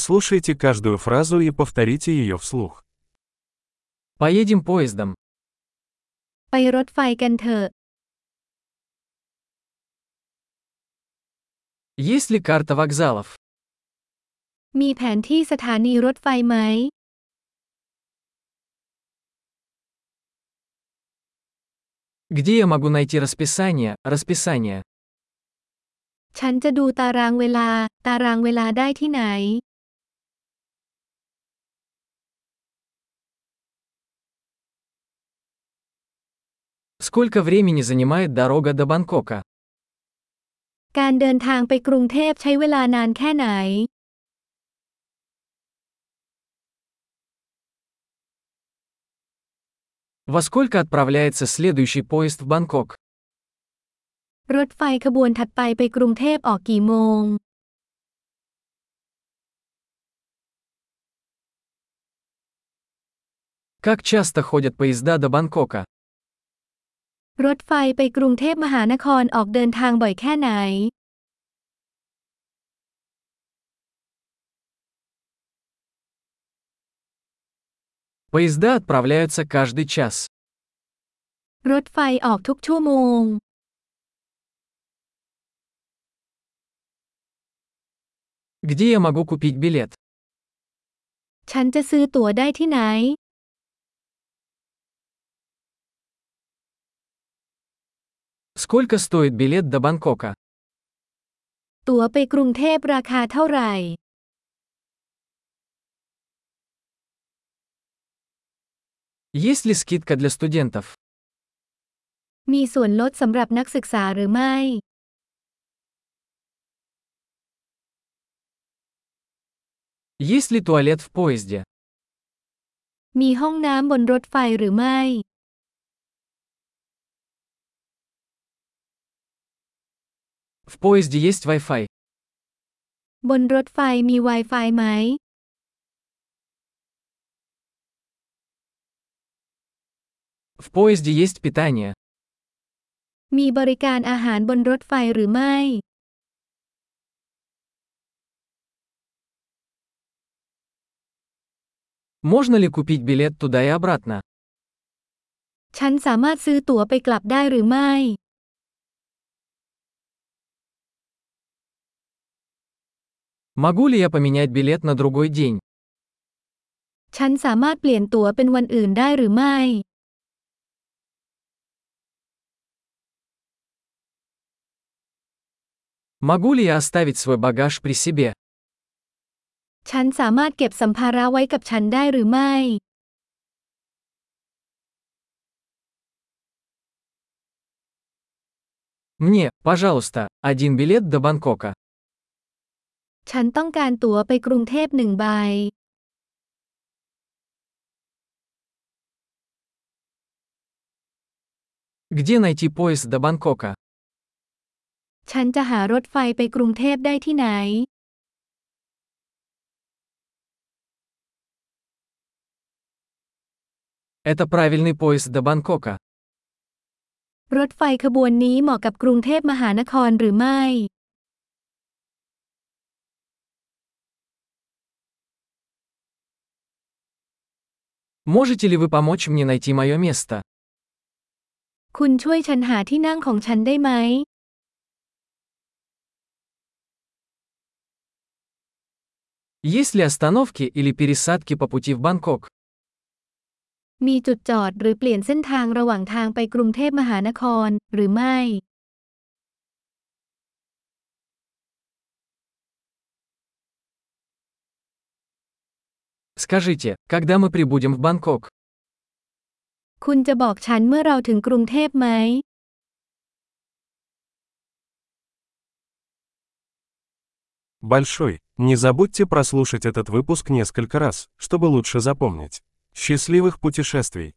Прослушайте каждую фразу и повторите ее вслух. Поедем поездом. ไปรถไฟกันเถอะ Есть ли карта вокзалов? มีแผนที่สถานีรถไฟไหม Где я могу найти расписание, расписание? ฉันจะดูตารางเวลา ตารางเวลาได้ที่ไหน Сколько времени занимает дорога до Бангкока? การเดินทางไปกรุงเทพใช้เวลานานแค่ไหน Во сколько отправляется следующий поезд в Бангкок? รถไฟขบวนถัดไปไปกรุงเทพออกกี่โมง Как часто ходят поезда до Бангкока? รถไฟไปกรุงเทพมหานครออกเดินทางบ่อยแค่ไหน Поезда отправляются каждый час. รถไฟออกทุกชั่วโมง Где я могу купить билет? ฉันจะซื้อตั๋วได้ที่ไหน Сколько стоит билет до Бангкока? ตั๋วไปกรุงเทพราคาเท่าไหร่ Есть ли скидка для студентов? มีส่วนลดสำหรับนักศึกษาหรือไม่ Есть ли туалет в поезде? มีห้องน้ำบนรถไฟหรือไม่ В поезде есть Wi-Fi. บนรถไฟมี Wi-Fi ไหม В поезде есть питание. มีบริการอาหารบนรถไฟหรือไม่ Можно ли купить билет туда и обратно? ฉันสามารถซื้อตั๋วไปกลับได้หรือไม่ Могу ли я поменять билет на другой день? ฉันสามารถเปลี่ยนตั๋วเป็นวันอื่นได้หรือไม่ Могу ли я оставить свой багаж при себе? ฉันสามารถเก็บสัมภาระไว้กับฉันได้หรือไม่ Мне, пожалуйста, один билет до Бангкока. ฉันต้องการตั๋วไปกรุงเทพหนึ่งใบ Где найти поезд до Бангкока? ฉันจะหารถไฟไปกรุงเทพได้ที่ไหน Это правильный поезд до Бангкока. รถไฟขบวนนี้เหมาะกับกรุงเทพมหานครหรือไม่ Можете ли вы помочь мне найти мое место? คุณช่วยฉันหาที่นั่งของฉันได้ไหม Есть ли остановки или пересадки по пути в Бангкок? มีจุดจอดหรือเปลี่ยนเส้นทางระหว่างทางไปกรุงเทพมหานคร หรือไม่ Скажите, когда мы прибудем в Бангкок? คุณจะบอกฉันเมื่อเราถึงกรุงเทพไหม Большой. Не забудьте прослушать этот выпуск несколько раз, чтобы лучше запомнить. Счастливых путешествий!